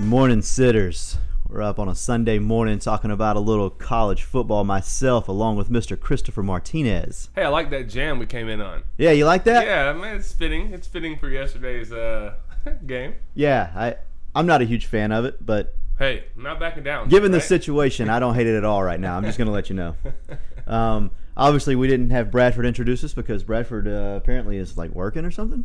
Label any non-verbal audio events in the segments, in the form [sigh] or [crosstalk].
Morning sitters. We're up on a Sunday morning talking about a little college football myself along with Mr. Christopher Martinez. Hey, I like that jam we came in on. Yeah, you like that? Yeah, man, it's fitting. It's fitting for yesterday's uh, [laughs] game. Yeah, I I'm not a huge fan of it, but Hey, I'm not backing down. given the right? situation, I don't hate it at all right now. I'm just going to let [laughs] you know. Um, obviously, we didn't have Bradford introduce us because Bradford uh, apparently is like working or something.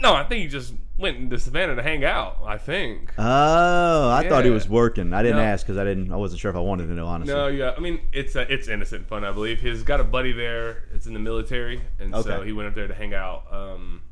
No, I think he just went into Savannah to hang out. I think. Oh, I thought he Yeah. was working. I didn't No. ask because I didn't. I wasn't sure if I wanted to know. Honestly, No, yeah. I mean, it's uh it's innocent fun, I believe. He's got a buddy there. It's in the military, and so Okay. he went up there to hang out. Um,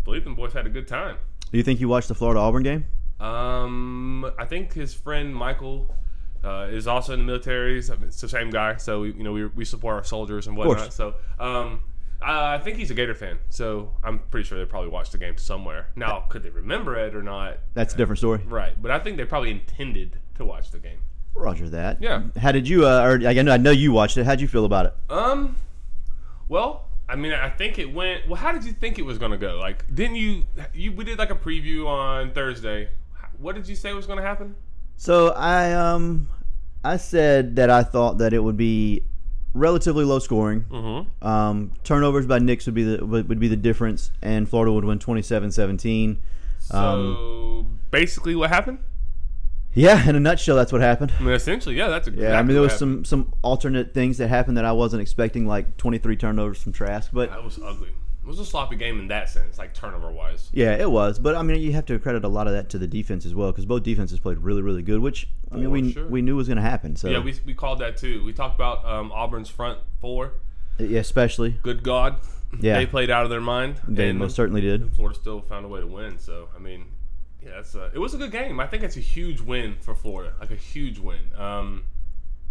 I believe the boys had a good time. do you think you watched the Florida Auburn game? Um, I think his friend Michael uh, is also in the military. So it's the same guy, so we, you know we, we support our soldiers and whatnot. course. So um, I I think he's a Gator fan. So I'm pretty sure they probably watched the game somewhere. Now, could they remember it or not? That's a different story. Right, but I think they probably intended to watch the game. Roger that. Yeah. How did you? Uh, or I know I know you watched it. How'd you feel about it? Um, well, I mean, I think it went. Well, how did you think it was gonna go? Like, didn't you? You we did like a preview on Thursday. What did you say was gonna happen? So I um I said that I thought that it would be relatively low scoring. Mm-hmm. Um, turnovers by Knicks would be the would would be the difference, and Florida would win 27-17. So basically, what happened? Yeah, in a nutshell, that's what happened. I mean, essentially, yeah, that's exactly Yeah, I mean there what was happened. some some alternate things that happened that I wasn't expecting, like 23 turnovers from Trask, but That was ugly. It was a sloppy game in that sense, like turnover wise. yeah, it was. But I mean, you have to credit a lot of that to the defense as well, because both defenses played really, really good, which I mean For we Oh, sure. we knew was going to happen. So Yeah, we, we called that too. We talked about um, Auburn's front four. yeah, especially Good God, Yeah. they played out of their mind. they and most certainly did. Florida still found a way to win. So I mean, yeah, that's a, it was a good game. I think it's a huge win for Florida, like a huge win. Um,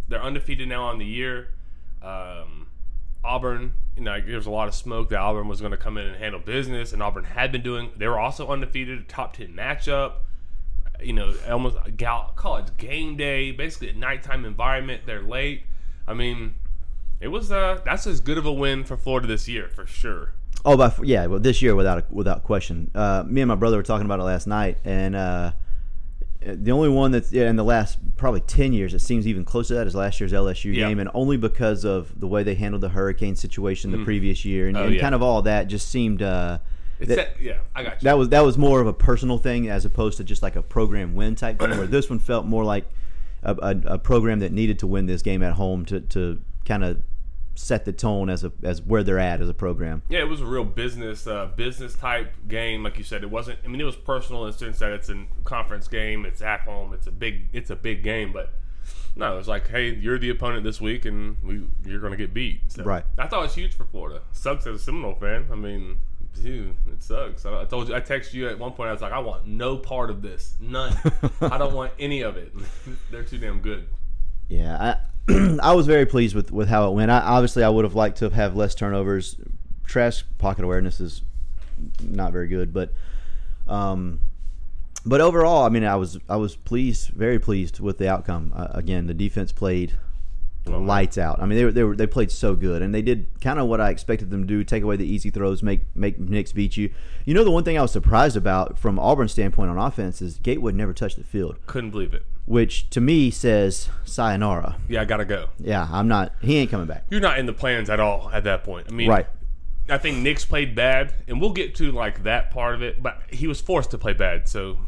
they're undefeated now on the year. Um, Auburn, you know, like, there's a lot of smoke that Auburn was going to come in and handle business, and Auburn had been doing. They were also undefeated, top ten matchup. You know, almost a gal- college game day, basically a nighttime environment. They're late. I mean, it was uh, that's as good of a win for Florida this year for sure. Oh, by f- yeah, well, this year without a, without question. Uh, me and my brother were talking about it last night, and uh, the only one that's yeah, in the last probably ten years that seems even close to that is last year's LSU Yeah. game, and only because of the way they handled the hurricane situation the previous year, and, Oh, and yeah. kind of all that just seemed. Uh, It's that, that, yeah, I got you. that was that was more of a personal thing as opposed to just like a program win type thing. Where this one felt more like a, a, a program that needed to win this game at home to, to kind of set the tone as a as where they're at as a program. Yeah, it was a real business, uh, business type game, like you said. It wasn't. I mean, it was personal in the sense that it's a conference game. It's at home. It's a big. It's a big game, but no, it was like, hey, you're the opponent this week, and we, you're going to get beat. So, Right. I thought it was huge for Florida. Sucks as a Seminole fan. I mean, dude, it sucks. I, I told you. I texted you at one point. I was like, I want no part of this. None. I don't want any of it. [laughs] They're too damn good. Yeah, I, [clears throat] I was very pleased with, with how it went. I, obviously, I would have liked to have had less turnovers. Trash pocket awareness is not very good, but um, but overall, I mean, I was I was pleased, very pleased with the outcome. Uh, again, the defense played lights out. I mean, they were, they were they played so good, and they did kind of what I expected them to do: take away the easy throws, make make Knicks beat you. You know, the one thing I was surprised about from Auburn's standpoint on offense is Gatewood never touched the field, Couldn't believe it. which to me says sayonara. Yeah, I gotta go. Yeah, I'm not. He ain't coming back. You're not in the plans at all at that point. I mean, Right. I think Nick's played bad, and we'll get to like that part of it. But he was forced to play bad, so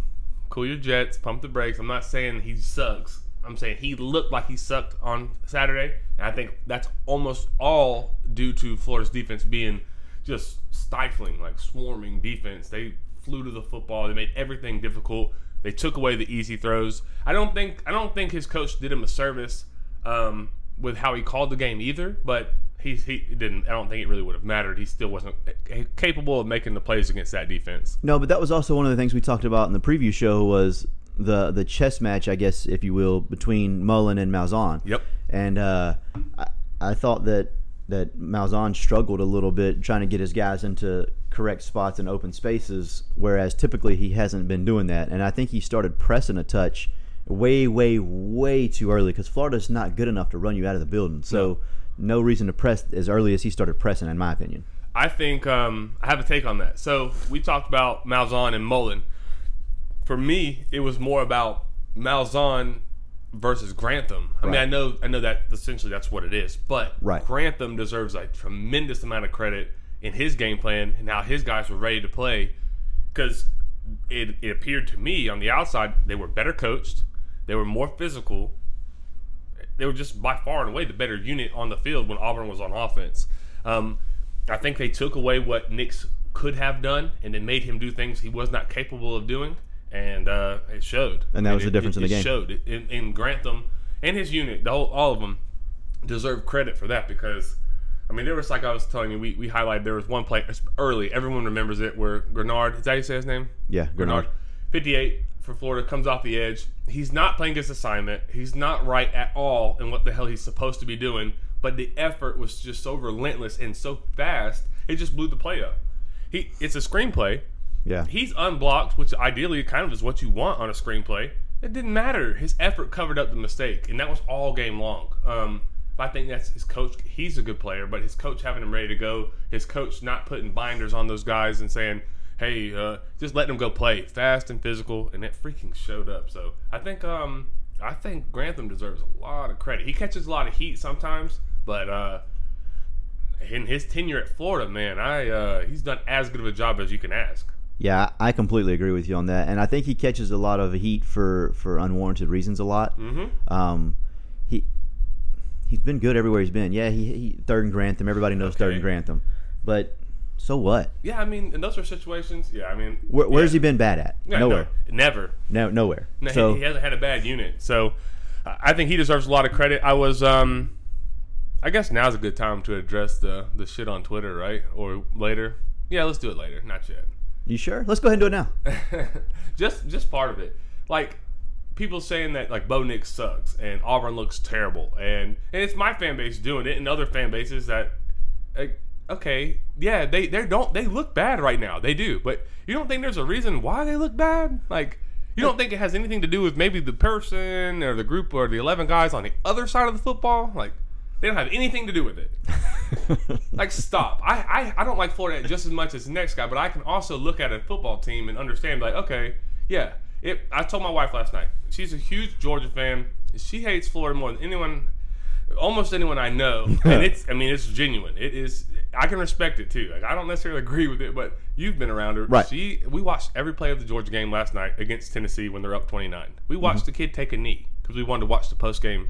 cool your jets, pump the brakes. I'm not saying he sucks. I'm saying he looked like he sucked on Saturday, and I think that's almost all due to Florida's defense being just stifling, like swarming defense. They flew to the football. They made everything difficult. They took away the easy throws. I don't think I don't think his coach did him a service um, with how he called the game either, but he, he didn't. I don't think it really would have mattered. He still wasn't eh, capable of making the plays against that defense. No, but that was also one of the things we talked about in the preview show was the the chess match, I guess, if you will, between Mullen and Malzahn. Yep. And uh, I, I thought that that Malzahn struggled a little bit trying to get his guys into correct spots and open spaces, whereas typically he hasn't been doing that. And I think he started pressing a touch way, way, way too early because Florida's not good enough to run you out of the building. So no reason to press as early as he started pressing, in my opinion. I think um, I have a take on that. So we talked about Malzahn and Mullen. For me, it was more about Malzahn versus Grantham. I mean, Right. I know, I know that essentially that's what it is, but Right. Grantham deserves a tremendous amount of credit in his game plan and how his guys were ready to play because it, it appeared to me on the outside they were better coached, they were more physical, they were just by far and away the better unit on the field when Auburn was on offense. Um, I think they took away what Nix could have done and then made him do things he was not capable of doing, and uh, it showed. And that I mean, was the it- difference it- in the It game. showed. It- And and Grantham and his unit, the whole, all of them, deserve credit for that because. I mean, there was like I was telling you, we, we highlighted there was one play it's early. Everyone remembers it where Grenard is that how you say his name? Yeah, Grenard. Bernard, 58 for Florida, comes off the edge. He's not playing his assignment. He's not right at all in what the hell he's supposed to be doing. But the effort was just so relentless and so fast, it just blew the play up. He, it's a screenplay. Yeah, He's unblocked, which ideally kind of is what you want on a screenplay. It didn't matter. His effort covered up the mistake, and that was all game long. Um, but I think that's his coach. He's a good player, but his coach having him ready to go, his coach not putting binders on those guys and saying, "Hey, uh, just let them go play fast and physical," and it freaking showed up. So I think um, I think Grantham deserves a lot of credit. He catches a lot of heat sometimes, but uh, in his tenure at Florida, man, I uh, he's done as good of a job as you can ask. yeah, I I completely agree with you on that, and I think he catches a lot of heat for for unwarranted reasons a lot. Mm-hmm. Um, he he's been good everywhere he's been. Yeah, he, he third and Grantham. Everybody knows third and Okay. Grantham, but so what? Yeah, I mean, in those are situations. Yeah, I mean, Where, where's yeah. he been bad at? Yeah, nowhere. No, never. No, nowhere. No, he- so he, hasn't had a bad unit. So I I think he deserves a lot of credit. I was, um, I guess now's a good time to address the the shit on Twitter, right? Or later? Yeah, let's do it later. Not yet. you sure? Let's go ahead and do it now. [laughs] just just part of it. Like people saying that like Bo Nix sucks and Auburn looks terrible, and and it's my fan base doing it, and other fan bases that, like, okay, yeah, they they don't they look bad right now, they do, but you don't think there's a reason why they look bad, like. You don't think it has anything to do with maybe the person or the group or the 11 guys on the other side of the football? Like, they don't have anything to do with it. [laughs] Like, stop. I, I, I don't like Florida just as much as the next guy, but I can also look at a football team and understand, like, okay, yeah. It, I told my wife last night, she's a huge Georgia fan. She hates Florida more than anyone, almost anyone I know. And it's, I mean, it's genuine. It is, I can respect it too. Like, I don't necessarily agree with it, but you've been around her. Right. She, we watched every play of the Georgia game last night against Tennessee when they're up 29. We watched the kid take a knee because we wanted to watch the post game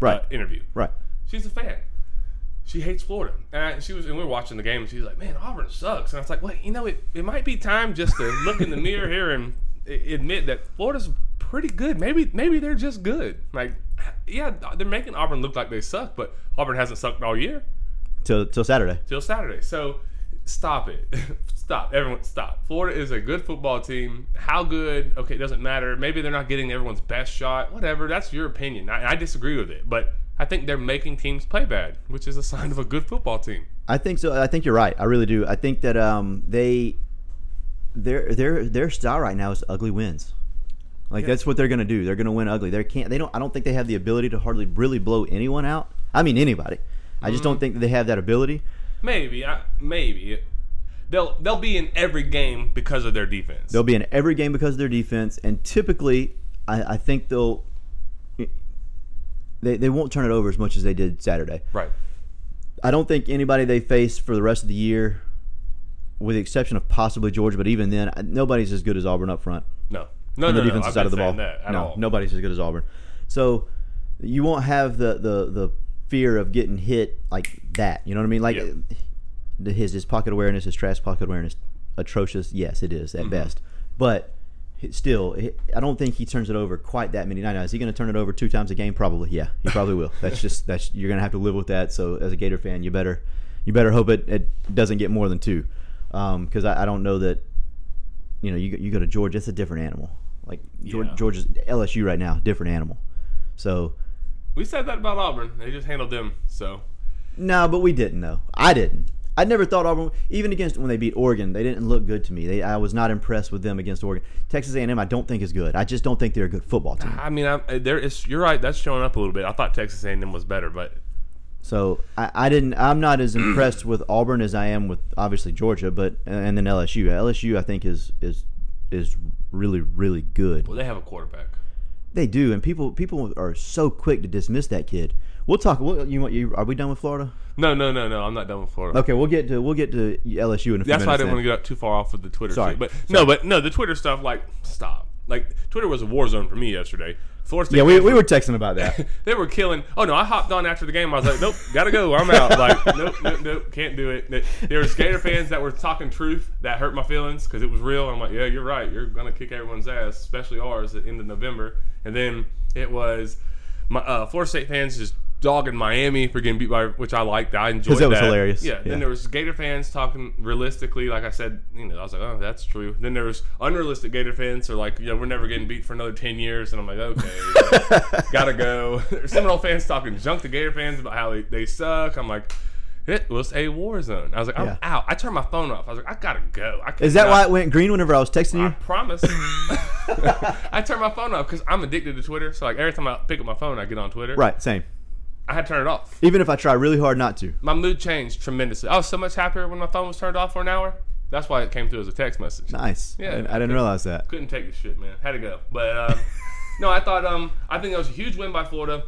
right, interview. right. She's a fan. She hates Florida. And I- she was, and we were watching the game, and she's like, "Man, Auburn sucks." And I was like, "Well, you know, it, it might be time just to look in the mirror [laughs] here and i- admit that Florida's pretty good. Maybe, maybe they're just good. Like, yeah, they're making Auburn look like they suck, but Auburn hasn't sucked all year Till till Saturday. till Saturday. So stop it. [laughs] stop. Everyone stop. Florida is a good football team. How good? Okay, it doesn't matter. Maybe they're not getting everyone's best shot. Whatever. That's your opinion. I, I disagree with it, but I think they're making teams play bad, which is a sign of a good football team. I think so. I think you're right. I really do. I think that um they their their their style right now is ugly wins. Like that's what they're gonna do. They're gonna win ugly. They can't. They don't. I don't think they have the ability to hardly really blow anyone out. I mean anybody. I just don't think that they have that ability. Maybe. I, maybe. They'll they'll be in every game because of their defense. They'll be in every game because of their defense, and typically, I, I think they'll they they won't turn it over as much as they did Saturday. right. I don't think anybody they face for the rest of the year, with the exception of possibly Georgia, but even then, I- nobody's as good as Auburn up front. No. No. on No. no, the defensive I've side of the been ball. saying That at no, all. nobody's as good as Auburn. So you won't have the the the fear of getting hit like that. You know what I mean? Like Yeah. the- his his pocket awareness, his trash pocket awareness, atrocious. Yes, it is at Mm-hmm. best, but. it- Still, it- I don't think he turns it over quite that many. Now, now, is he going to turn it over two times a game? Probably, yeah, he probably will. That's just that's you're going to have to live with that. So, as a Gator fan, you better you better hope it, it doesn't get more than two, because I, I don't know that you know, you, go- you go to Georgia, it's a different animal. Like Geor Yeah. Georgia's LSU right now, different animal. So We said that about Auburn. They just handled them. So. no, but we didn't though. I didn't. I never thought Auburn, even against when they beat Oregon, they didn't look good to me. They, I was not impressed with them against Oregon. Texas A&M, I don't think is good. I just don't think they're a good football team. I mean, I, there is. You're right. That's showing up a little bit. I thought Texas A&M was better, but So I, I didn't. I'm not as impressed with Auburn as I am with obviously Georgia, but and then LSU. LSU, I think is is is really really good. well, they have a quarterback. They do, and people people are so quick to dismiss that kid. We'll talk. We'll, you, want- you are we done with Florida? No, no, no, no. I'm not done with Florida. Okay, we'll get to we'll get to LSU in a few That's minutes. why I didn't then. want to get up too far off of the Twitter. Sorry. shit. but no, but no, the Twitter stuff. Like, stop. Like, Twitter was a war zone for me yesterday. Florida State Yeah, we, fans we were texting [laughs] about that. they were killing. Oh no, I hopped on after the game. I was like, nope, gotta go. I'm out. Like, [laughs] nope, nope, nope, can't do it. Th- There were Skater fans that were talking truth that hurt my feelings because it was real. I'm like, yeah, you're right. You're gonna kick everyone's ass, especially ours at the end of November. And then it was my uh, Florida State fans just dogging Miami for getting beat by, which I liked. I enjoyed 'Cause that was hilarious. Yeah. Yeah. Then there was Gator fans talking realistically. Like I said, you know, I was like, oh, that's true. Then there was unrealistic Gator fans. They're like, you know, we're never getting beat for another ten years. And I'm like, okay. [laughs] gotta go. [laughs] Seminole fans talking junk to Gator fans about how they, they suck. I'm like, it was a war zone. I was like, I'm Yeah. out. I turned my phone off. I was like, I gotta go. I Is that cannot- why it went green whenever I was texting I you? promise. [laughs] I turned my phone off because I'm addicted to Twitter. So like every time I pick up my phone, I get on Twitter. Right, same. I had to turn it off. Even if I try really hard not to. My mood changed tremendously. I was so much happier when my phone was turned off for an hour. That's why it came through as a text message. Nice. Yeah, I didn't, I okay. didn't realize that. couldn't take the shit, man. Had to go. But uh, [laughs] no, I thought um, I think that was a huge win by Florida.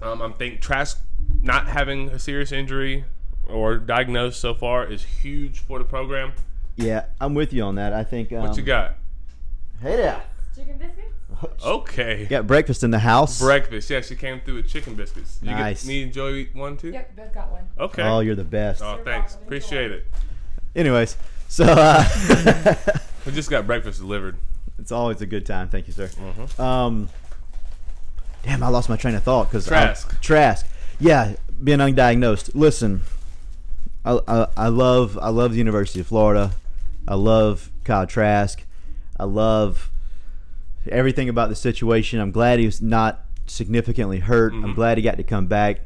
Um, I think Trask not having a serious injury or diagnosed so far is huge for the program. Yeah, I'm with you on that. I think. Um, What you got? Hey there. Chicken biscuits? Okay. Got breakfast in the house. Breakfast. Yeah, she came through with chicken biscuits. You Nice. Get, me and Joey eat one too. Yep, both got one. Okay. Oh, you're the best. oh, You're thanks. welcome. Appreciate it. Anyways, so uh, [laughs] We just got breakfast delivered. it's always a good time. Thank you, sir. Mm-hmm. Um, damn, I lost my train of thought because Trask. Trask. Yeah, being undiagnosed. Listen, I, I, I love I love the University of Florida. I love Kyle Trask. I love everything about the situation. I'm glad he was not significantly hurt. Mm-hmm. I'm glad he got to come back.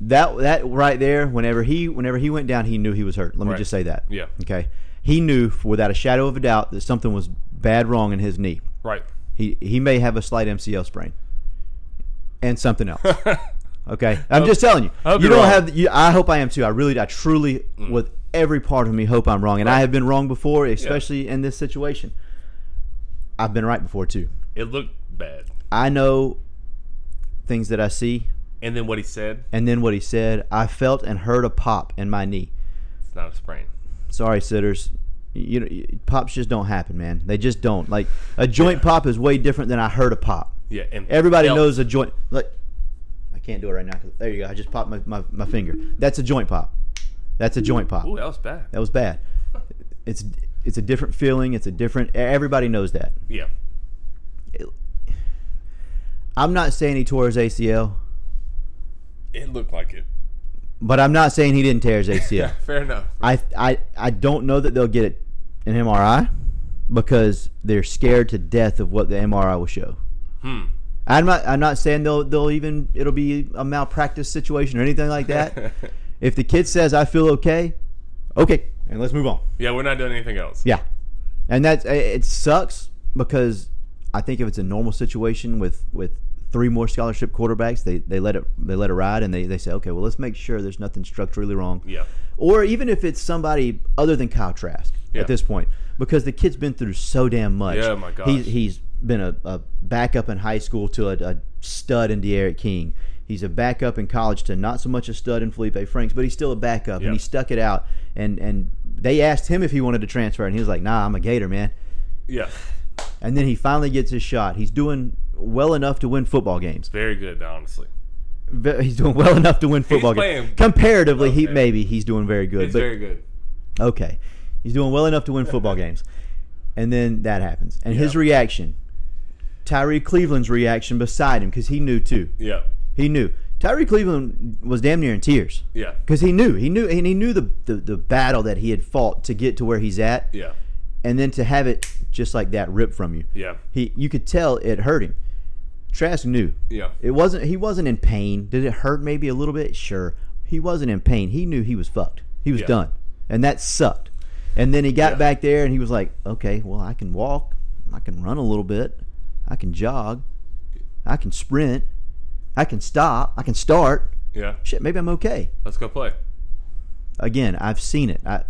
That that right there, whenever he whenever he went down, he knew he was hurt. Let me Right. just say that. Yeah. Okay. He knew without a shadow of a doubt that something was bad wrong in his knee. Right. He he may have a slight MCL sprain and [laughs] something else. okay, I'm just telling you. I hope you you're don't wrong. Mm. have. You, I hope I am too. I really, I truly, with every part of me, hope I'm wrong, and I have been wrong before, especially in this situation. I've been right before too. It looked bad. I know things that I see, And then what he said, and then what he said. I felt and heard a pop in my knee. it's not a sprain. sorry sitters you know pops just don't happen man they just don't like a joint pop is way different than i heard a pop Yeah. And everybody felt- knows a joint like i can't do it right now 'cause- there you go i just popped my, my, my finger that's a joint pop that's a joint pop Ooh, that was bad. that was bad it's it's a different feeling it's a different e-, everybody knows that Yeah. i'm not saying he tore his acl It looked like it. but i'm not saying he didn't tear his acl Yeah. [laughs] Fair enough. I, I I don't know that they'll get it an MRI because they're scared to death of what the MRI will show. Hmm. I'm not I'm not saying they'll they'll even it'll be a malpractice situation or anything like that. if the kid says I feel okay, okay, and let's move on. [laughs] Yeah, we're not doing anything else. Yeah, and that's it it sucks because I think if it's a normal situation with with three more scholarship quarterbacks, they, they let it they let it ride and they, they say okay, well let's make sure there's nothing structurally wrong Yeah. or even if it's somebody other than Kyle Trask Yeah. at this point, because the kid's been through so damn much. Yeah, my gosh. He's, he's been a, a backup in high school to a, a stud in De'Aaron King. He's a backup in college to not so much a stud in Felipe Franks, but he's still a backup, Yeah. and he stuck it out. And and they asked him if he wanted to transfer, and he was like, "Nah, I'm a Gator, man." Yeah. And then he finally gets his shot. He's doing well enough to win football games. Very good, honestly. Ve- He's doing well enough to win football games. playing- Comparatively, he Okay. maybe he's doing very good. It's but very good. okay, he's doing well enough to win [laughs] football games. And then that happens. And his Yeah. reaction, Tyree Cleveland's reaction beside him, because he knew too. Yeah. He knew. Tyree Cleveland was damn near in tears Yeah. because he knew. He knew, and he knew the, the, the battle that he had fought to get to where he's at. Yeah. And then to have it just like that ripped from you. Yeah. He, you could tell it hurt him. Trask knew. Yeah. It wasn't. He wasn't in pain. Did it hurt? Maybe a little bit. Sure. He wasn't in pain. He knew he was fucked. He was Yeah. done, and that sucked. And then he got Yeah. back there, and he was like, "Okay, well, I can walk. I can run a little bit. I can jog. I can sprint. I can stop. I can start. Yeah. Shit, maybe I'm okay." Let's go play. Again, I've seen it. I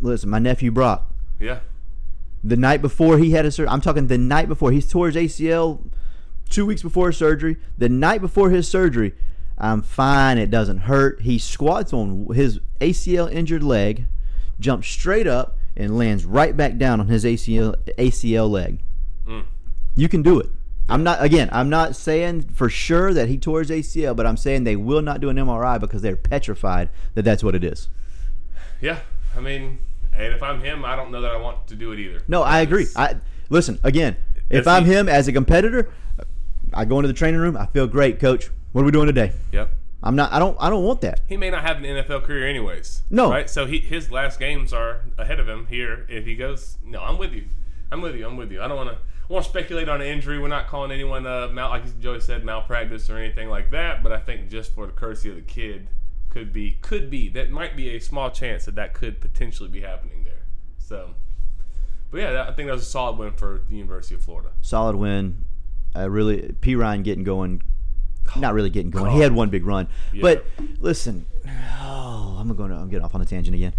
listen. My nephew Brock. Yeah. The night before he had a surgery, I'm talking the night before he tore his ACL two weeks before his surgery, the night before his surgery, I'm fine. It doesn't hurt. He squats on his ACL injured leg, jumps straight up, and lands right back down on his ACL ACL leg. You can do it. I'm not again. I'm not saying for sure that he tore his ACL, but I'm saying they will not do an MRI because they're petrified that that's what it is. Yeah, I mean, and if I'm him, I don't know that I want to do it either. No, I agree. I listen again. If If I'm he- him as a competitor, I go into the training room. I feel great, coach. What are we doing today? Yep. I'm not. I don't. I don't want that. He may not have an NFL career, anyways. No. Right. So he, his last games are ahead of him here. If he goes, no, I'm with you. I'm with you. I'm with you. I don't want to. Want to speculate on an injury? We're not calling anyone uh, mal, like Joey said, malpractice or anything like that. But I think just for the courtesy of the kid, could be, could be that might be a small chance that that could potentially be happening there. So, but yeah, that, I think that was a solid win for the University of Florida. Solid win. I really P Ryan getting going. Not really getting going. He had one big run, but listen. Oh, I'm going. to I'm getting off on a tangent again.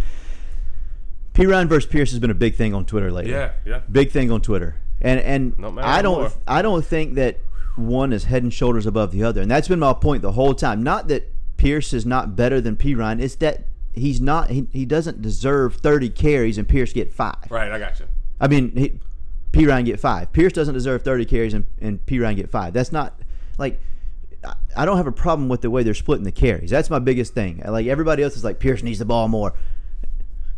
P Ryan versus Pierce has been a big thing on Twitter lately. Yeah, yeah. big thing on Twitter. And and Not mad I don't anymore. I don't think that one is head and shoulders above the other. And that's been my point the whole time. Not that Pierce is not better than P Ryan, it's that he's not he, he doesn't deserve 30 carries and Pierce get 5. Right, I got you. I mean, he, P Ryan get 5. Pierce doesn't deserve 30 carries and and P Ryan get 5. That's not like I- I don't have a problem with the way they're splitting the carries. That's my biggest thing. Like everybody else is like Pierce needs the ball more.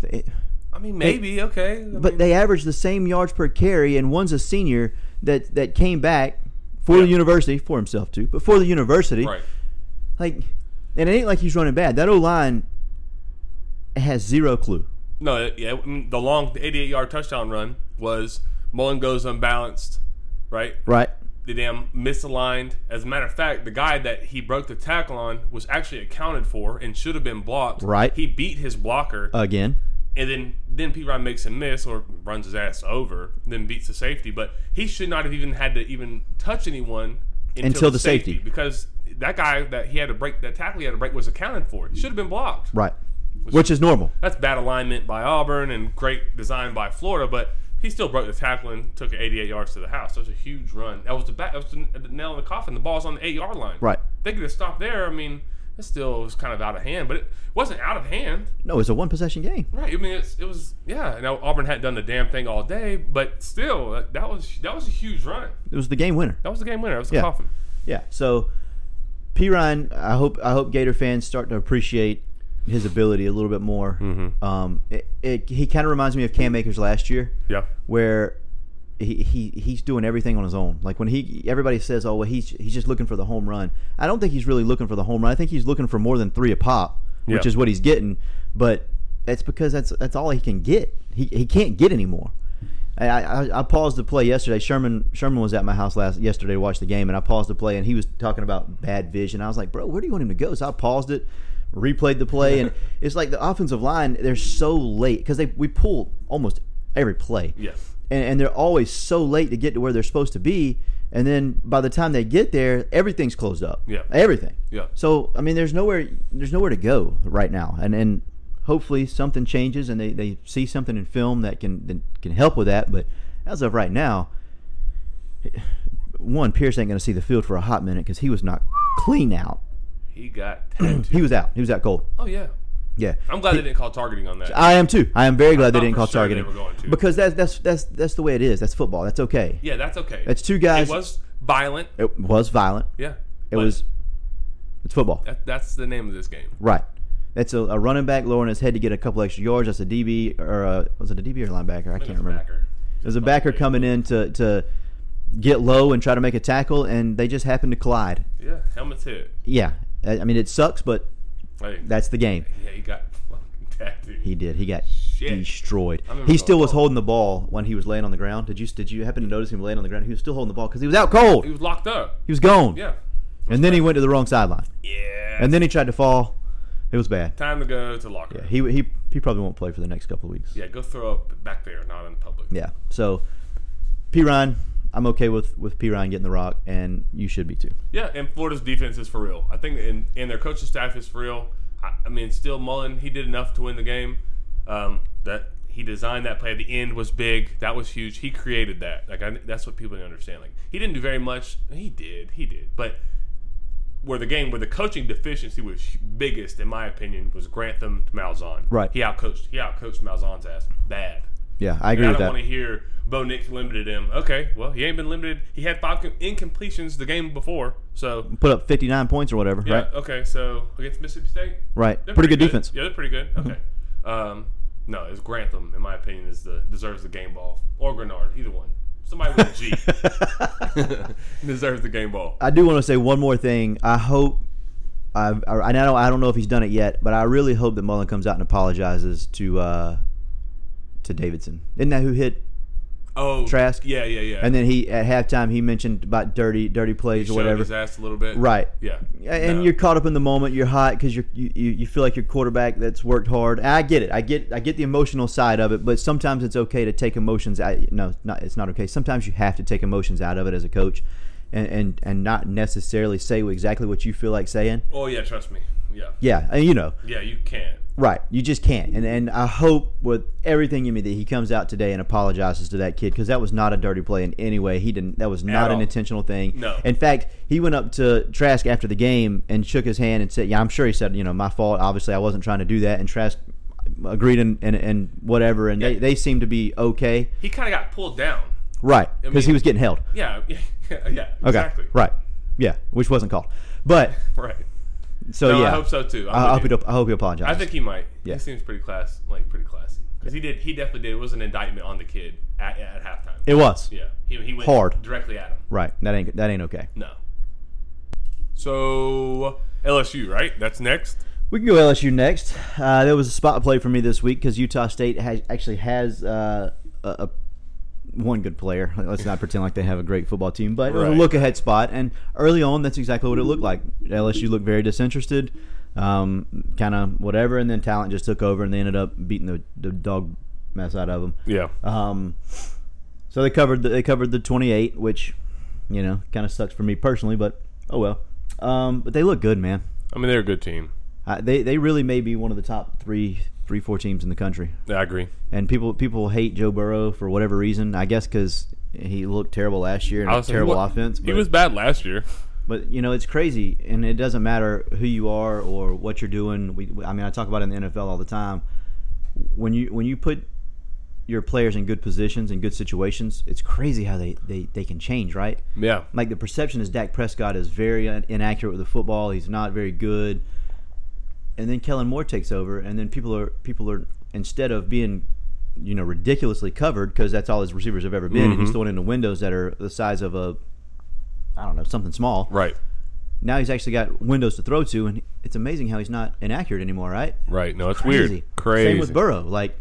It- I mean, maybe okay, I but mean, they averaged the same yards per carry, and one's a senior that that came back for the Yeah. university for himself too, but for the university, right. like, and it ain't like he's running bad. That O line has zero clue. No, it- yeah, I mean, the long the 88 yard touchdown run was Mullen goes unbalanced, right? Right? The damn misaligned. As a matter of fact, the guy that he broke the tackle on was actually accounted for and should have been blocked. Right. He beat his blocker, Again, and then then P Ryan makes him miss or runs his ass over, then beats the safety. But he should not have even had to even touch anyone until, Until the safety. because that guy that he had to break that tackle he had to break was accounted for. He should have been blocked right? Which is normal. that's bad alignment by Auburn and great design by Florida, but he still broke the tackle and took it 88 yards to the house. That was a huge run. That was the back, that was the, the nail in the coffin. The ball's on the eight yard line. Right. They could have stopped there. I mean, it still was kind of out of hand, but it wasn't out of hand. No, it's a one possession game. Right. I mean, it's, it was yeah. Now Auburn hadn't done the damn thing all day, but still, that, that was that was a huge run. It was the game winner. That was the game winner. That was the Yeah. coffin. Yeah. So, P Ryan, I hope I hope Gator fans start to appreciate his ability a little bit more. Mm-hmm. Um, it, it, he kind of reminds me of Cam Akers last year. Yeah. where he, he he's doing everything on his own. Like when he everybody says, "Oh, well, he's he's just looking for the home run." I don't think he's really looking for the home run. I think he's looking for more than three a pop, which Yeah. is what he's getting. But that's because that's that's all he can get. He he can't get anymore. I, I, I paused the play yesterday. Sherman Sherman was at my house last yesterday to watch the game, and I paused the play, and he was talking about bad vision. I was like, "Bro, where do you want him to go?" So I paused it, replayed the play, and it's like the offensive line. They're so late because they we pull almost every play Yeah. and, and they're always so late to get to where they're supposed to be and then by the time they get there everything's closed up Yeah. everything Yeah. so i mean there's nowhere there's nowhere to go right now and and hopefully something changes and they, they see something in film that can that can help with that but as of right now [sighs] one pierce ain't going to see the field for a hot minute because he was not clean out He [clears throat] got tattooed. he was out he was out cold oh yeah. yeah I'm glad they didn't call targeting on that. I am too. I am very glad they thought didn't for call sure they targeting were going to. because that's that's that's that's the way it is. That's football. That's okay. yeah, that's okay. That's two guys. It was violent. It was violent. Yeah. It was. It's football, That, that's the name of this game. right? That's a, a running back lowering his head to get a couple extra yards. That's a DB or a, was it a DB or linebacker? I It can't was a remember. backer. There's a backer coming in to to get low and try to make a tackle, and they just happen to collide. Yeah, helmets hit. Yeah, I I mean it sucks, but Like, that's the game. yeah, he got [laughs] fucking tattooed. He did. He got Shit. destroyed. I remember He still going, was "Oh." holding the ball when he was laying on the ground. Did you did you happen to notice him laying on the ground? He was still holding the ball because he was out cold. He was locked up. He was gone. Yeah. And then he went to the wrong sideline. Yeah. And then he tried to fall. It was bad. time to go to locker. Yeah, room. he he he probably won't play for the next couple of weeks. yeah, go throw up back there, not in public. Yeah. So, P Ryan, I'm okay with with P Ryan getting the rock, and you should be too. Yeah, and Florida's defense is for real. I think, and, and their coaching staff is for real. I, I mean, still Mullen, he did enough to win the game. Um, that he He designed that play. The end was big. That was huge. He created that. Like I, that's what people didn't understand. Like he didn't do very much. He did. He did. But where the game, where the coaching deficiency was biggest, in my opinion, was Grantham to Malzahn. Right. He outcoached. He outcoached Malzahn's ass bad. Yeah, I agree I with don't that. want to hear Bo Nix limited him. Okay, well he ain't been limited. He had five com- incompletions the game before. So Put up 59 points or whatever, yeah. right? Okay, so against Mississippi State, Right. they're Pretty, good, defense. Mm-hmm. Yeah, they're pretty good. Okay. um, no, it's Grantham, in my opinion, is the deserves the game ball or Grenard, either one. Somebody with a [laughs] G deserves the game ball. [laughs] I do want to say one more thing. I hope I, I, I don't I don't know if he's done it yet, but I really hope that Mullen comes out and apologizes to uh, to Davidson. Isn't that who hit? Oh, Trask? Yeah, yeah, yeah. And then he at halftime he mentioned about dirty dirty plays or Showed whatever. his ass a little bit. Right. Yeah. And No. you're caught up in the moment. You're hot because you you you feel like your quarterback that's worked hard. And I get it. I get I get the emotional side of it. But sometimes it's okay to take emotions. Out. No, it's not it's not okay. Sometimes you have to take emotions out of it as a coach, and and, and not necessarily say exactly what you feel like saying. Oh yeah, trust me. Yeah. Yeah, and you know, Yeah, you can't. right? You just can't. And and I hope with everything in me that he comes out today and apologizes to that kid because that was not a dirty play in any way. He didn't. That was not an all. intentional thing. No. In fact, he went up to Trask after the game and shook his hand and said, "Yeah, I'm sure he said, you know, my fault. Obviously, I wasn't trying to do that." And Trask agreed and and, and whatever. And they Yeah. they seemed to be okay, He kind of got pulled down. right? Because he mean- was getting held. Yeah. [laughs] Yeah. yeah Okay, Exactly. right? Yeah, which wasn't called. But Right. so No, yeah, I hope so too. I'm I, I with hope you. he, I hope he apologizes. I think he might. Yeah. He seems pretty class, like pretty classy. Because he did, he definitely did. It was an indictment on the kid at, at halftime. it was yeah, he, he went Hard. directly at him. right. That ain't that ain't okay. No. So LSU, right? That's next. We can go LSU next. Uh, there was a spot play for me this week because Utah State has, actually has uh, a, a one good player. Let's not pretend like they have a great football team, but it was Right. a look ahead spot. And early on, that's exactly what it looked like. LSU looked very disinterested, um, kind of whatever, and then talent just took over, and they ended up beating the, the dog mess out of them. Yeah. Um, so they covered the, they covered the 28, which you know kind of sucks for me personally, but oh well. Um, but they look good, man. I mean, they're a good team. Uh, they they really may be one of the top three three four teams in the country. I agree. And people people hate Joe Burrow for whatever reason. I guess because he looked terrible last year and a terrible offense. He But, was bad last year. but you know it's crazy, and it doesn't matter who you are or what you're doing. We, we- I mean I talk about it in the NFL all the time. When you when you put your players in good positions and good situations, it's crazy how they, they, they can change, right? Yeah. like the perception is Dak Prescott is very un- inaccurate with the football. He's not very good. And then Kellen Moore takes over, and then people are people are instead of being, you know, ridiculously covered because that's all his receivers have ever been. And he's thrown into windows that are the size of a, I don't know, something small. Right. Now he's actually got windows to throw to, and it's amazing how he's not inaccurate anymore, right? Right. No, it's Crazy. Same with Burrow. Like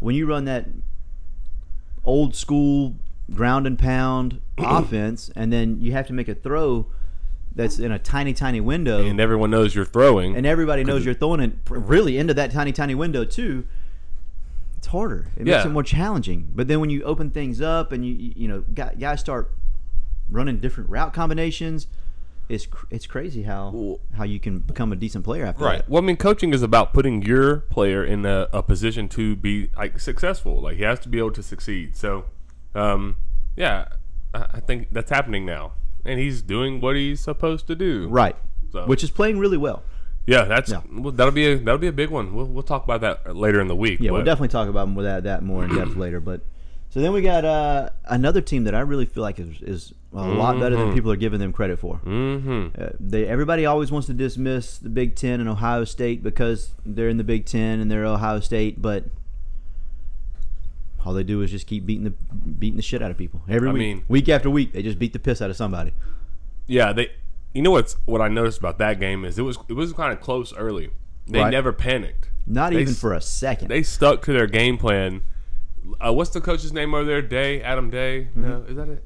when you run that old school ground and pound offense, and then you have to make a throw that's in a tiny, tiny window, and, everyone knows you're throwing. everybody knows you're throwing it really into that tiny, tiny window too. It's harder. It makes Yeah. it more challenging. But then when you open things up and you you you know gu- guys start running different route combinations. It's, cr- it's crazy how how you can become a decent player after Right. that. Well, I mean, coaching is about putting your player in a, a position to be like successful. Like he has to be able to succeed. So, um, yeah, I, I think that's happening now, and he's doing what he's supposed to do. Right. So- Which is playing really well. Yeah, that's Yeah. Well, that'll be a that'll be a big one. We'll, we'll talk about that later in the week. Yeah, but- we'll definitely talk about that that more [clears throat] in depth later. But so then we got uh, another team that I really feel like is, is a lot better Mm-hmm. than people are giving them credit for. Mm-hmm. Uh, they everybody always wants to dismiss the Big Ten and Ohio State because they're in the Big Ten and they're Ohio State, but all they do is just keep beating the beating the shit out of people every I week, mean- week after week. They just beat the piss out of somebody. Yeah, they. You know what's what I noticed about that game is it was it was kind of close early. They Right. never panicked. Not They even s- for a second. They stuck to their game plan. Uh, what's the coach's name over there? Day Adam Day. Mm-hmm. No, is that it?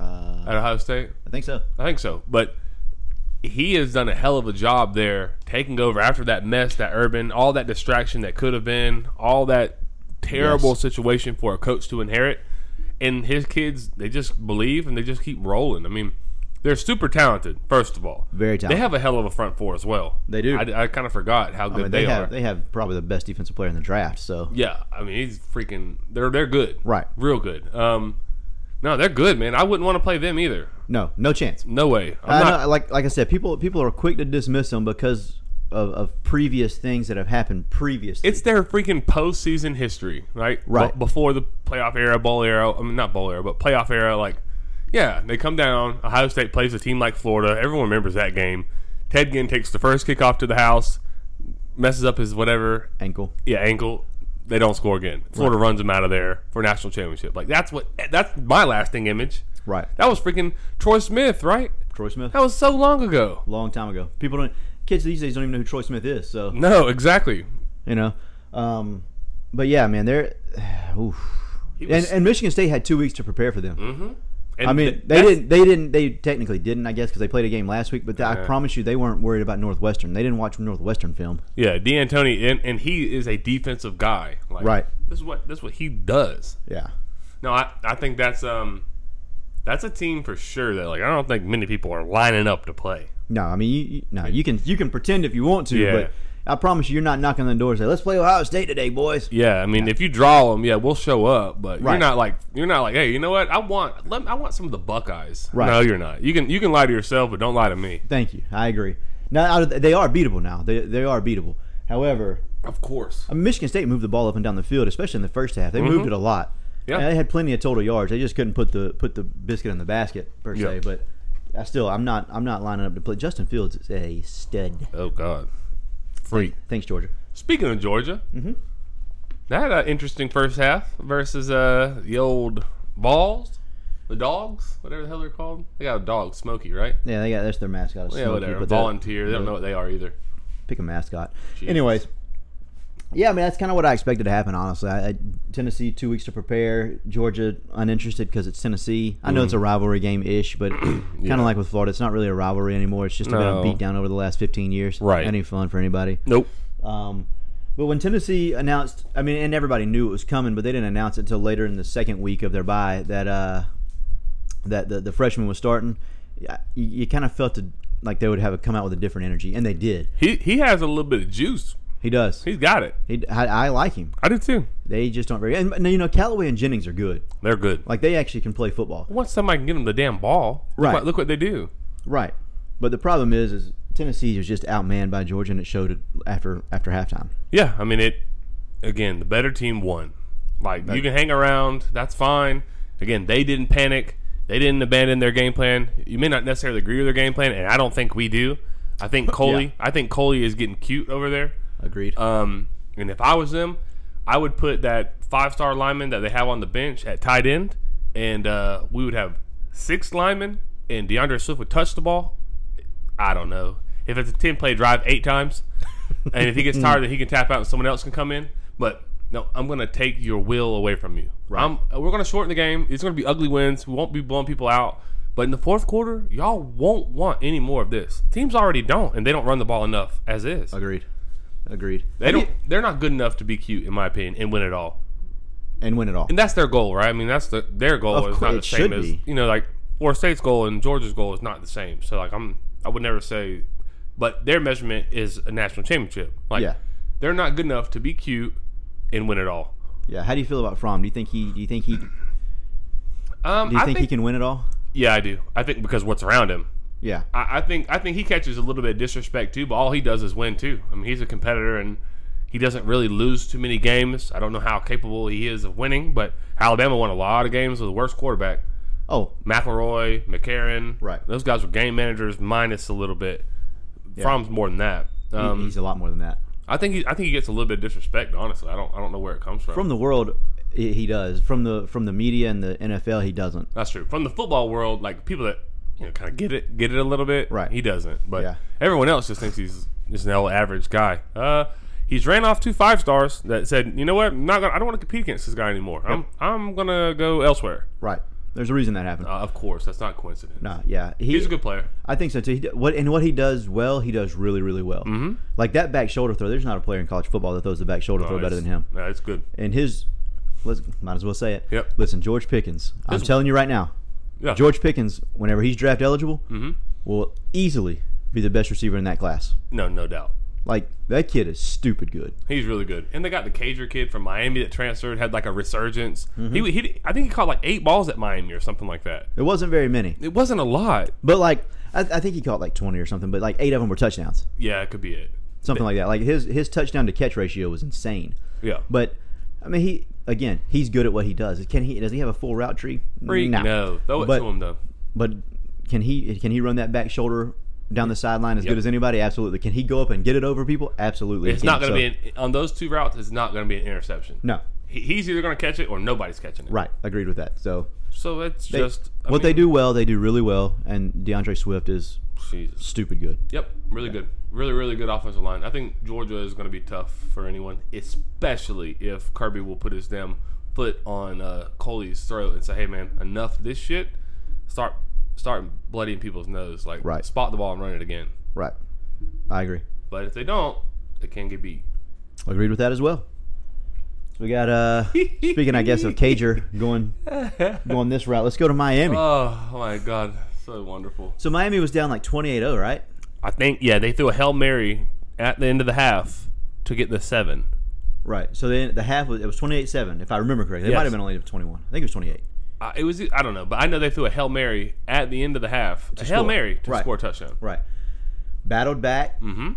uh, At Ohio State. I think so. I think so. But he has done a hell of a job there, taking over after that mess, that urban, all that distraction that could have been, all that terrible Yes. situation for a coach to inherit. And his kids, they just believe and they just keep rolling. I mean, They're super talented. First of all, Very they talented. have a hell of a front four as well. They do. I, kind of forgot how good I mean, they, they, have are. they have probably the best defensive player in the draft. So yeah, I mean he's freaking. They're they're good. Right. Real good. Um, no, they're good, man. I wouldn't want to play them either. no, no chance. No way. I I'm not. know, like like I said, people people are quick to dismiss them because of, of previous things that have happened previously. It's their freaking postseason history, right? Right. Be- before the playoff era, bowl era. I mean, not bowl era, but playoff era. Like, yeah, they come down. Ohio State plays a team like Florida. Everyone remembers that game. Ted Ginn takes the first kickoff to the house, messes up his whatever, ankle. yeah, ankle. They don't score again. Florida runs them out of there for a national championship. Like that's what that's my lasting image. Right. That was freaking Troy Smith, right? Troy Smith. That was so long ago. long time ago. People don't kids these days don't even know who Troy Smith is. So No, exactly. you know, um, but yeah, man, they're [sighs] oof. was- Mm-hmm. and and Michigan State had two weeks to prepare for them. And I mean, th- they that's- didn't. They didn't. They technically didn't, I guess, because they played a game last week. But I promise you, they weren't worried about Northwestern. They didn't watch Northwestern film. Yeah, D'Antoni, and, and he is a defensive guy. Like, Right. This is what this is what he does. Yeah. No, I, I think that's um that's a team for sure that like I don't think many people are lining up to play. No, I mean, you, you, no, you can you can pretend if you want to, Yeah. but I promise you, you're not knocking on the door and say, "Let's play Ohio State today, boys." Yeah, I mean if you draw them, yeah, we'll show up, but Right. you're not like you're not like hey, you know what? I want let, I want some of the Buckeyes. Right. No, you're not. You can you can lie to yourself, but don't lie to me. Thank you. I agree. Now out of the- they are beatable. Now they they are beatable. However, Of course. I mean, Michigan State moved the ball up and down the field, especially in the first half. They moved it a lot. Mm-hmm. Yeah. And they had plenty of total yards. They just couldn't put the put the biscuit in the basket per se. Yeah. But I still, I'm not I'm not lining up to play. Justin Fields is a stud. Oh God. Freak. Thanks, Georgia. Speaking of Georgia, they had an interesting first half versus uh, the old balls, the dogs, whatever the hell they're called. They got a dog, Smokey, right? Yeah, they got that's their mascot. is Yeah, Smokey, whatever. but that- Volunteer. They don't know what they are either. Pick a mascot. Jeez. Anyways, yeah, I mean that's kind of what I expected to happen. Honestly, I, I, Tennessee two weeks to prepare. Georgia uninterested because it's Tennessee. I know it's a Mm-hmm. rivalry game ish, [clears throat] but kind of like with Florida, it's not really a rivalry anymore. It's just been a No. beat down over the last 15 years. Right. Any fun for anybody? Nope. Um, but when Tennessee announced, I mean, and everybody knew it was coming, but they didn't announce it until later in the second week of their bye that uh, that the, the freshman was starting. yeah, You, you kind of felt it- like they would have it come out with a different energy, and they did. He he has a little bit of juice. He does. He's got it. He, I, I like him. I do too. They just don't very. And, and, you know, Callaway and Jennings are good. They're good. Like they actually can play football. Once somebody can get them the damn ball, look Right. what- Look what they do. Right. But the problem is, is Tennessee was just outmanned by Georgia, and it showed it after after halftime. Yeah, I mean it. Again, the better team won. Like you can hang around, that's fine. Again, they didn't panic. They didn't abandon their game plan. You may not necessarily agree with their game plan, and I don't think we do. I think Coley. I think Coley is getting cute over there. Agreed. Um, and if I was them, I would put that five star lineman that they have on the bench at tight end, and uh, we would have six linemen, and DeAndre Swift would touch the ball. I don't know if it's a ten play drive eight times, and if he gets tired, then he can tap out and someone else can come in. But no, I'm gonna take your will away from you. I'm, uh, we're gonna shorten the game. It's gonna be ugly wins. We won't be blowing people out. But in the fourth quarter, y'all won't want any more of this. Teams already don't, and they don't run the ball enough as is. Agreed. Agreed. They don't. They're not good enough to be cute, in my opinion, and win it all. and win it all. And that's their goal, right? I mean, that's the, their goal. Of is cour- not the it same should as be. you know, like Florida State's goal and Georgia's goal is not the same. So, like, I'm I would never say, but their measurement is a national championship. Like, Yeah. they're not good enough to be cute and win it all. Yeah, how do you feel about Fromm? Do you think he? Do you think he? Do Um, you I think, he can win it all? Yeah, I do. I think because what's around him. Yeah, I, I think I think he catches a little bit of disrespect too, but all he does is win too. I mean, he's a competitor and he doesn't really lose too many games. I don't know how capable he is of winning, but Alabama won a lot of games with the worst quarterback. Oh, McElroy, McCarron, Right. Those guys were game managers minus a little bit. Fromm's more than that. he- Um, he's a lot more than that. I think he, I think he gets a little bit of disrespect. Honestly, I don't I don't know where it comes from. From the world, he he does. From the from the media and the NFL, he doesn't. That's true. From the football world, like people that you know kind of get it, get it a little bit. Right. He doesn't, but Yeah. everyone else just thinks he's just an old average guy. Uh, he's ran off two five stars that said, you know what, I'm not gonna, I don't want to compete against this guy anymore. I'm I'm gonna go elsewhere. Right. There's a reason that happened. Uh, of course, that's not coincidence. Nah, yeah, he, He's a good player. I think so too. He, d- what and what he does well, he does really really well. Mm-hmm. Like that back shoulder throw. There's not a player in college football that throws the back shoulder throw better than him. Yeah, it's good. And his, let's might as well say it. Yep. Listen, George Pickens. I'm This- telling you right now, Yeah. George Pickens, whenever he's draft eligible, Mhm. will easily be the best receiver in that class. No, no doubt. Like that kid is stupid good. He's really good. And they got the Cager kid from Miami that transferred, had like a resurgence. Mm-hmm. He, he, I think he caught like eight balls at Miami or something like that. It wasn't very many, It wasn't a lot. but like I, I think he caught like twenty or something. But like eight of them were touchdowns, Yeah, it could be it. something like that. Like his his touchdown to catch ratio was insane. Yeah. But I mean, he again, he's good at what he does. Can he? Does he have a full route tree? Freak, No, throw it But- to him though. But can he? Can he run that back shoulder down the sideline as good as anybody? Absolutely. Can he go up and get it over people? Absolutely. It's he not can. going to So- be an, on those two routes. It's not going to be an interception. no. He, he's either going to catch it or nobody's catching it. Right. Agreed with that. So So it's they- just I what they mean, do well, they do really well, and DeAndre Swift is Jesus. stupid good. Yep, really good, really really good offensive line. I think Georgia is going to be tough for anyone, especially if Kirby will put his damn foot on uh, Coley's throat and say, "Hey man, enough of this shit. Start start bloodying people's nose. Like Right. spot the ball and run it again." Right. I agree. But if they don't, they can get beat. Agreed with that as well. So we [laughs] got uh speaking I guess of Cager going going this route. Let's go to Miami. Oh my god, so wonderful. so Miami was down like 28-0, right? I think yeah, they threw a hail mary at the end of the half to get the seven. Right. So then the half was it was 28-7 if I remember correctly. It Yes. might have been only 21. I think it was 28. I it was I don't know, but I know they threw a hail mary at the end of the half, a hail score. mary to Right. score a touchdown. Right. Battled back Mm-hmm.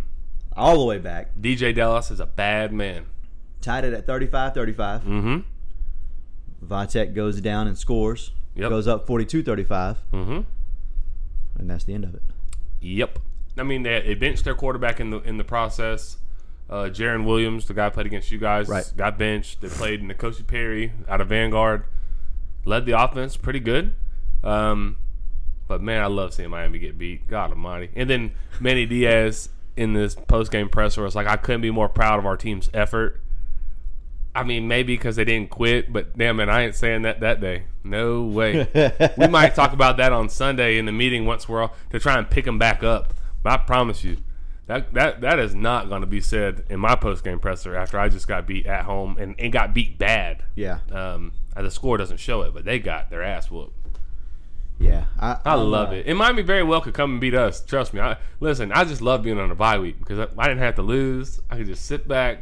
all the way back. DJ Dallas is a bad man. Tied it at 35-35. Mm-hmm. Vitek goes down and scores. Yep. Goes up 42-35 Mm-hmm. and that's the end of it. Yep. I mean, they, they benched their quarterback in the in the process. Uh, Jaron Williams, the guy who played against you guys, Right. got benched. They played Nikosi Perry out of Vanguard, led the offense pretty good. Um, but man, I love seeing Miami get beat. God Almighty! And then Manny Diaz in this post game presser was like, "I couldn't be more proud of our team's effort." I mean, maybe because they didn't quit, but damn it, I ain't saying that that day. No way. we might talk about that on Sunday in the meeting once we're all to try and pick them back up. But I promise you, that that that is not going to be said in my post game presser after I just got beat at home and, and got beat bad. Yeah. Um, the score doesn't show it, but they got their ass whooped. Yeah. I, uh, I love it. And Miami very well could come and beat us. Trust me. I listen. I just love being on a bye week because I, I didn't have to lose. I could just sit back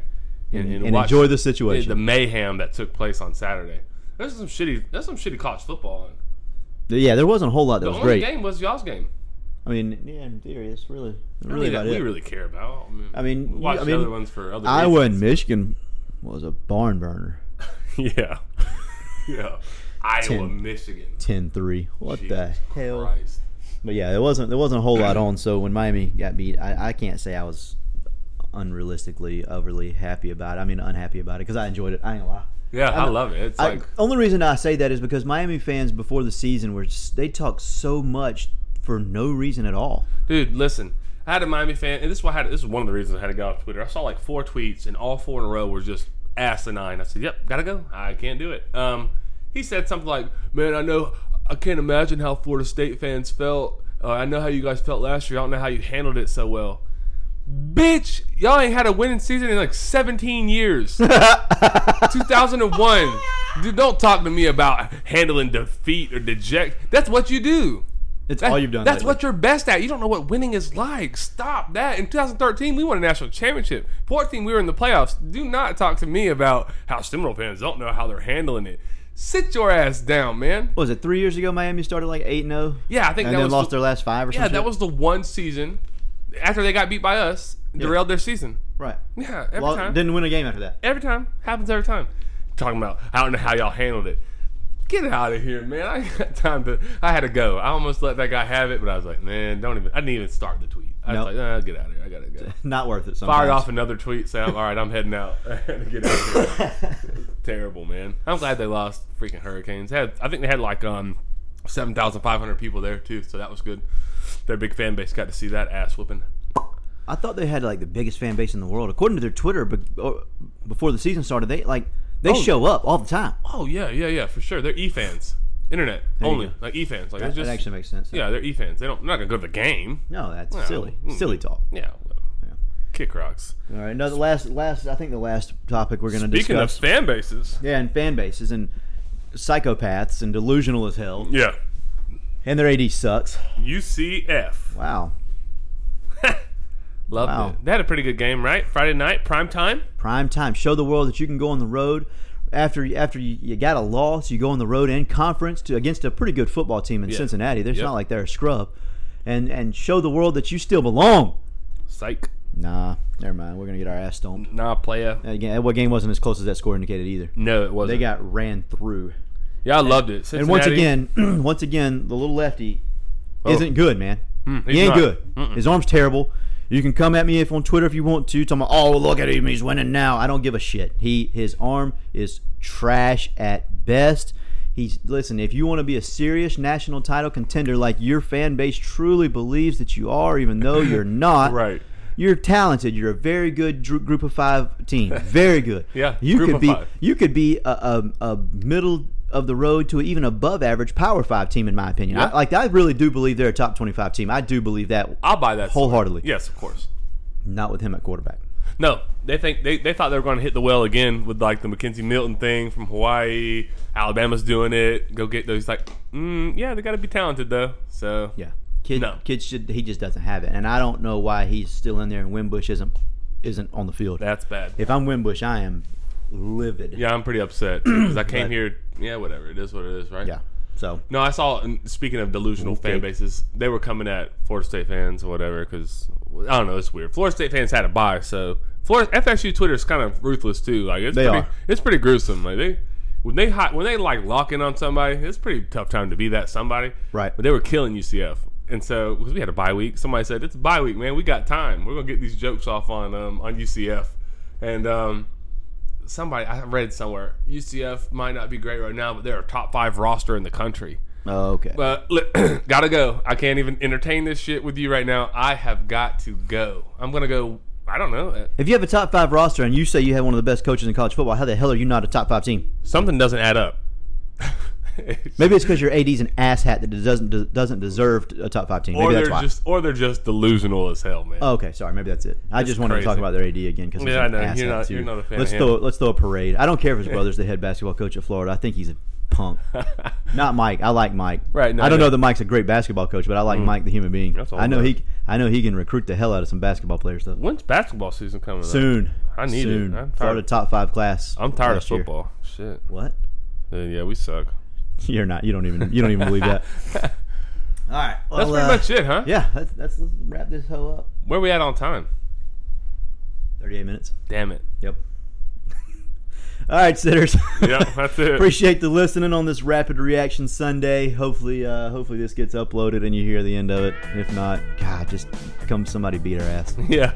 and, and, And watch enjoy the the, situation. the mayhem that took place on Saturday. There's some shitty. There's some shitty college football. Yeah, there wasn't a whole lot that The was only great. game was y'all's game. I mean, yeah, in theory, it's really Really, really that about we it. really care about. I mean, I mean, we watch I the mean, other ones for other. Iowa and reasons. Michigan was a barn burner. [laughs] yeah, yeah. Iowa, Ten. Michigan. 10-3. What Jesus the hell? Christ. But yeah, there wasn't there wasn't a whole [clears throat] lot on. So when Miami got beat, I, I can't say I was unrealistically overly happy about it. I mean, unhappy about it because I enjoyed it. I ain't gonna lie. Yeah, i I'm- love it. It's I, like only reason I say that is because Miami fans before the season were just, they talked so much for no reason at all. Dude, listen. I had a Miami fan, and this is why I had. This is one of the reasons I had to go off Twitter. I saw like four tweets, and all four in a row were just asinine. I said, "Yep, gotta go. I can't do it." Um, he said something like, "Man, I know. I can't imagine how Florida State fans felt. Uh, I know how you guys felt last year. I don't know how you handled it so well." Bitch, y'all ain't had a winning season in like 17 years. 2001. Dude, don't talk to me about handling defeat or deject. That's what you do. It's That- all you've done. Eh, That's lately. what you're best at. You don't know what winning is like. Stop that. In 2013, we won a national championship. 14, we were in the playoffs. Do not talk to me about how Seminole fans don't know how they're handling it. Sit your ass down, man. What was it three years ago? Miami started like eight eight zero. Yeah, I think and that then was lost the, their last five or yeah. something. That was the one season after they got beat by us derailed their season. [laughs] right. Yeah, every Lo- time. didn't win a game after [laughs] that. Every time happens every time. Talking about I don't know how y'all handled it. Get out of here, man. I ain't got time to. I had to go. I almost let that guy have it, but I was like, man, don't even. I didn't even start the tweet. I Nope. was like, nah, get out of here. I gotta [laughs] go. Not worth it. Sometimes. Fired off another tweet saying, all right, I'm heading out. [laughs] I had to get out of here. [laughs] Terrible, man. I'm glad they lost. Freaking hurricanes. Had I think they had like um seven thousand five hundred people there too, so that was good. Their big fan base got to see that ass whooping. I thought they had like the biggest fan base in the world, according to their Twitter. But or, before the season started, they like they show up all the time. Oh yeah, yeah, yeah, for sure. They're e fans, internet you only, go. like e fans. Like That, it's just that actually makes sense. Yeah, they're E fans. They don't. They're not gonna go to the game. No, that's No. silly. Mm. Silly talk. Yeah. well, Kick rocks. All right. No, the last last I think the last topic we're going to Speaking discuss. of fan bases. yeah, and fan bases and psychopaths and delusional as hell. Yeah. And their AD sucks. UCF. Wow. Loved Wow. it. They had a pretty good game, right? Friday night, prime time. Prime time. Show the world that you can go on the road after after you, you got a loss. You go on the road in conference to against a pretty good football team in Yeah. Cincinnati. There's Yep. not like they're a scrub, and and show the world that you still belong. Psych. Nah, never mind. We're gonna get our ass stomped. Nah, playa. Again, what game wasn't as close as that score indicated either. No, it wasn't. They got ran through. yeah, I loved it. Cincinnati, And once again, [clears throat] once again, the little lefty isn't good, man. he's he ain't not. good. His arm's terrible. You can come at me if on Twitter if you want to. Talking about, oh look at him, he's winning now. I don't give a shit. He his arm is trash at best. He's listen. If you want to be a serious national title contender, like your fan base truly believes that you are, [coughs] even though you're not, Right. You're talented. You're a very good dr- group of five team. Very good. [laughs] Yeah, You group could of be five. you could be a, a, a middle of the road to even above average power five team in my opinion. Yeah. I, like I really do believe they're a top twenty five team. I do believe that I'll buy that. story. wholeheartedly. Yes, of course. Not with him at quarterback. No, they think they, they thought they were going to hit the well again with like the Mackenzie Milton thing from Hawaii. Alabama's doing it. Go get those. Like, mm, yeah, they got to be talented though. So Yeah, kid, No. kid should he just doesn't have it, and I don't know why he's still in there and Wimbush isn't isn't on the field. that's bad. if I'm Wimbush, I am livid. Yeah, I'm pretty upset because [clears throat] I came But- here. Yeah, whatever. It is what it is, right? yeah. So No, I saw. and Speaking of delusional fan bases, they were coming at Florida State fans or whatever because I don't know. It's weird. Florida State fans had a buy, so Florida FSU Twitter is kind of ruthless too. Like it's They pretty, are. it's pretty gruesome. Like they when they hi- when they like lock in on somebody, it's a pretty tough time to be that somebody. Right. But they were killing UCF, and so because we had a bye week, somebody said it's a bye week, man. We got time. We're gonna get these jokes off on um, on UCF, and um, somebody I read somewhere UCF might not be great right now, but they're a top five roster in the country. okay. But [clears throat] li- gotta go. I can't even entertain this shit with you right now. I have got to go. I'm gonna go. I don't know. if you have a top five roster and you say you have one of the best coaches in college football, how the hell are you not a top five team? Something doesn't add [laughs] up. Maybe it's because your AD's an asshat that doesn't doesn't deserve a top five team. or Maybe that's they're why. just, or they're just delusional as hell, man. Oh, okay, sorry. Maybe that's it. I just wanted crazy. to talk about their AD again because Yeah, I know. You're not- you're not a fan Let's of throw let's throw a parade. I don't care if his brother's the head basketball coach at Florida. I think he's a [laughs] punk. not Mike. I like Mike. Right, no, I don't no. know that Mike's a great basketball coach, but I like Mike the human being. That's all I know that. he I know he can recruit the hell out of some basketball players [laughs] though. When's basketball season coming? up? Soon. I need it. Soon. I'm tired. Florida top five class. I'm tired of last year. football. Shit. What? Uh, yeah, we suck. [laughs] You're not. You don't even. You don't even believe that. All right. That's well, pretty uh, much it, huh? Yeah. That's, that's let's wrap this hoe up. Where we at on time? Thirty-eight minutes. Damn it. Yep. [laughs] All right, sitters. Yeah, [laughs] that's it. Appreciate the listening on this rapid reaction Sunday. Hopefully, uh, hopefully this gets uploaded and you hear the end of it. If not, God, just come somebody beat our ass. [laughs] yeah.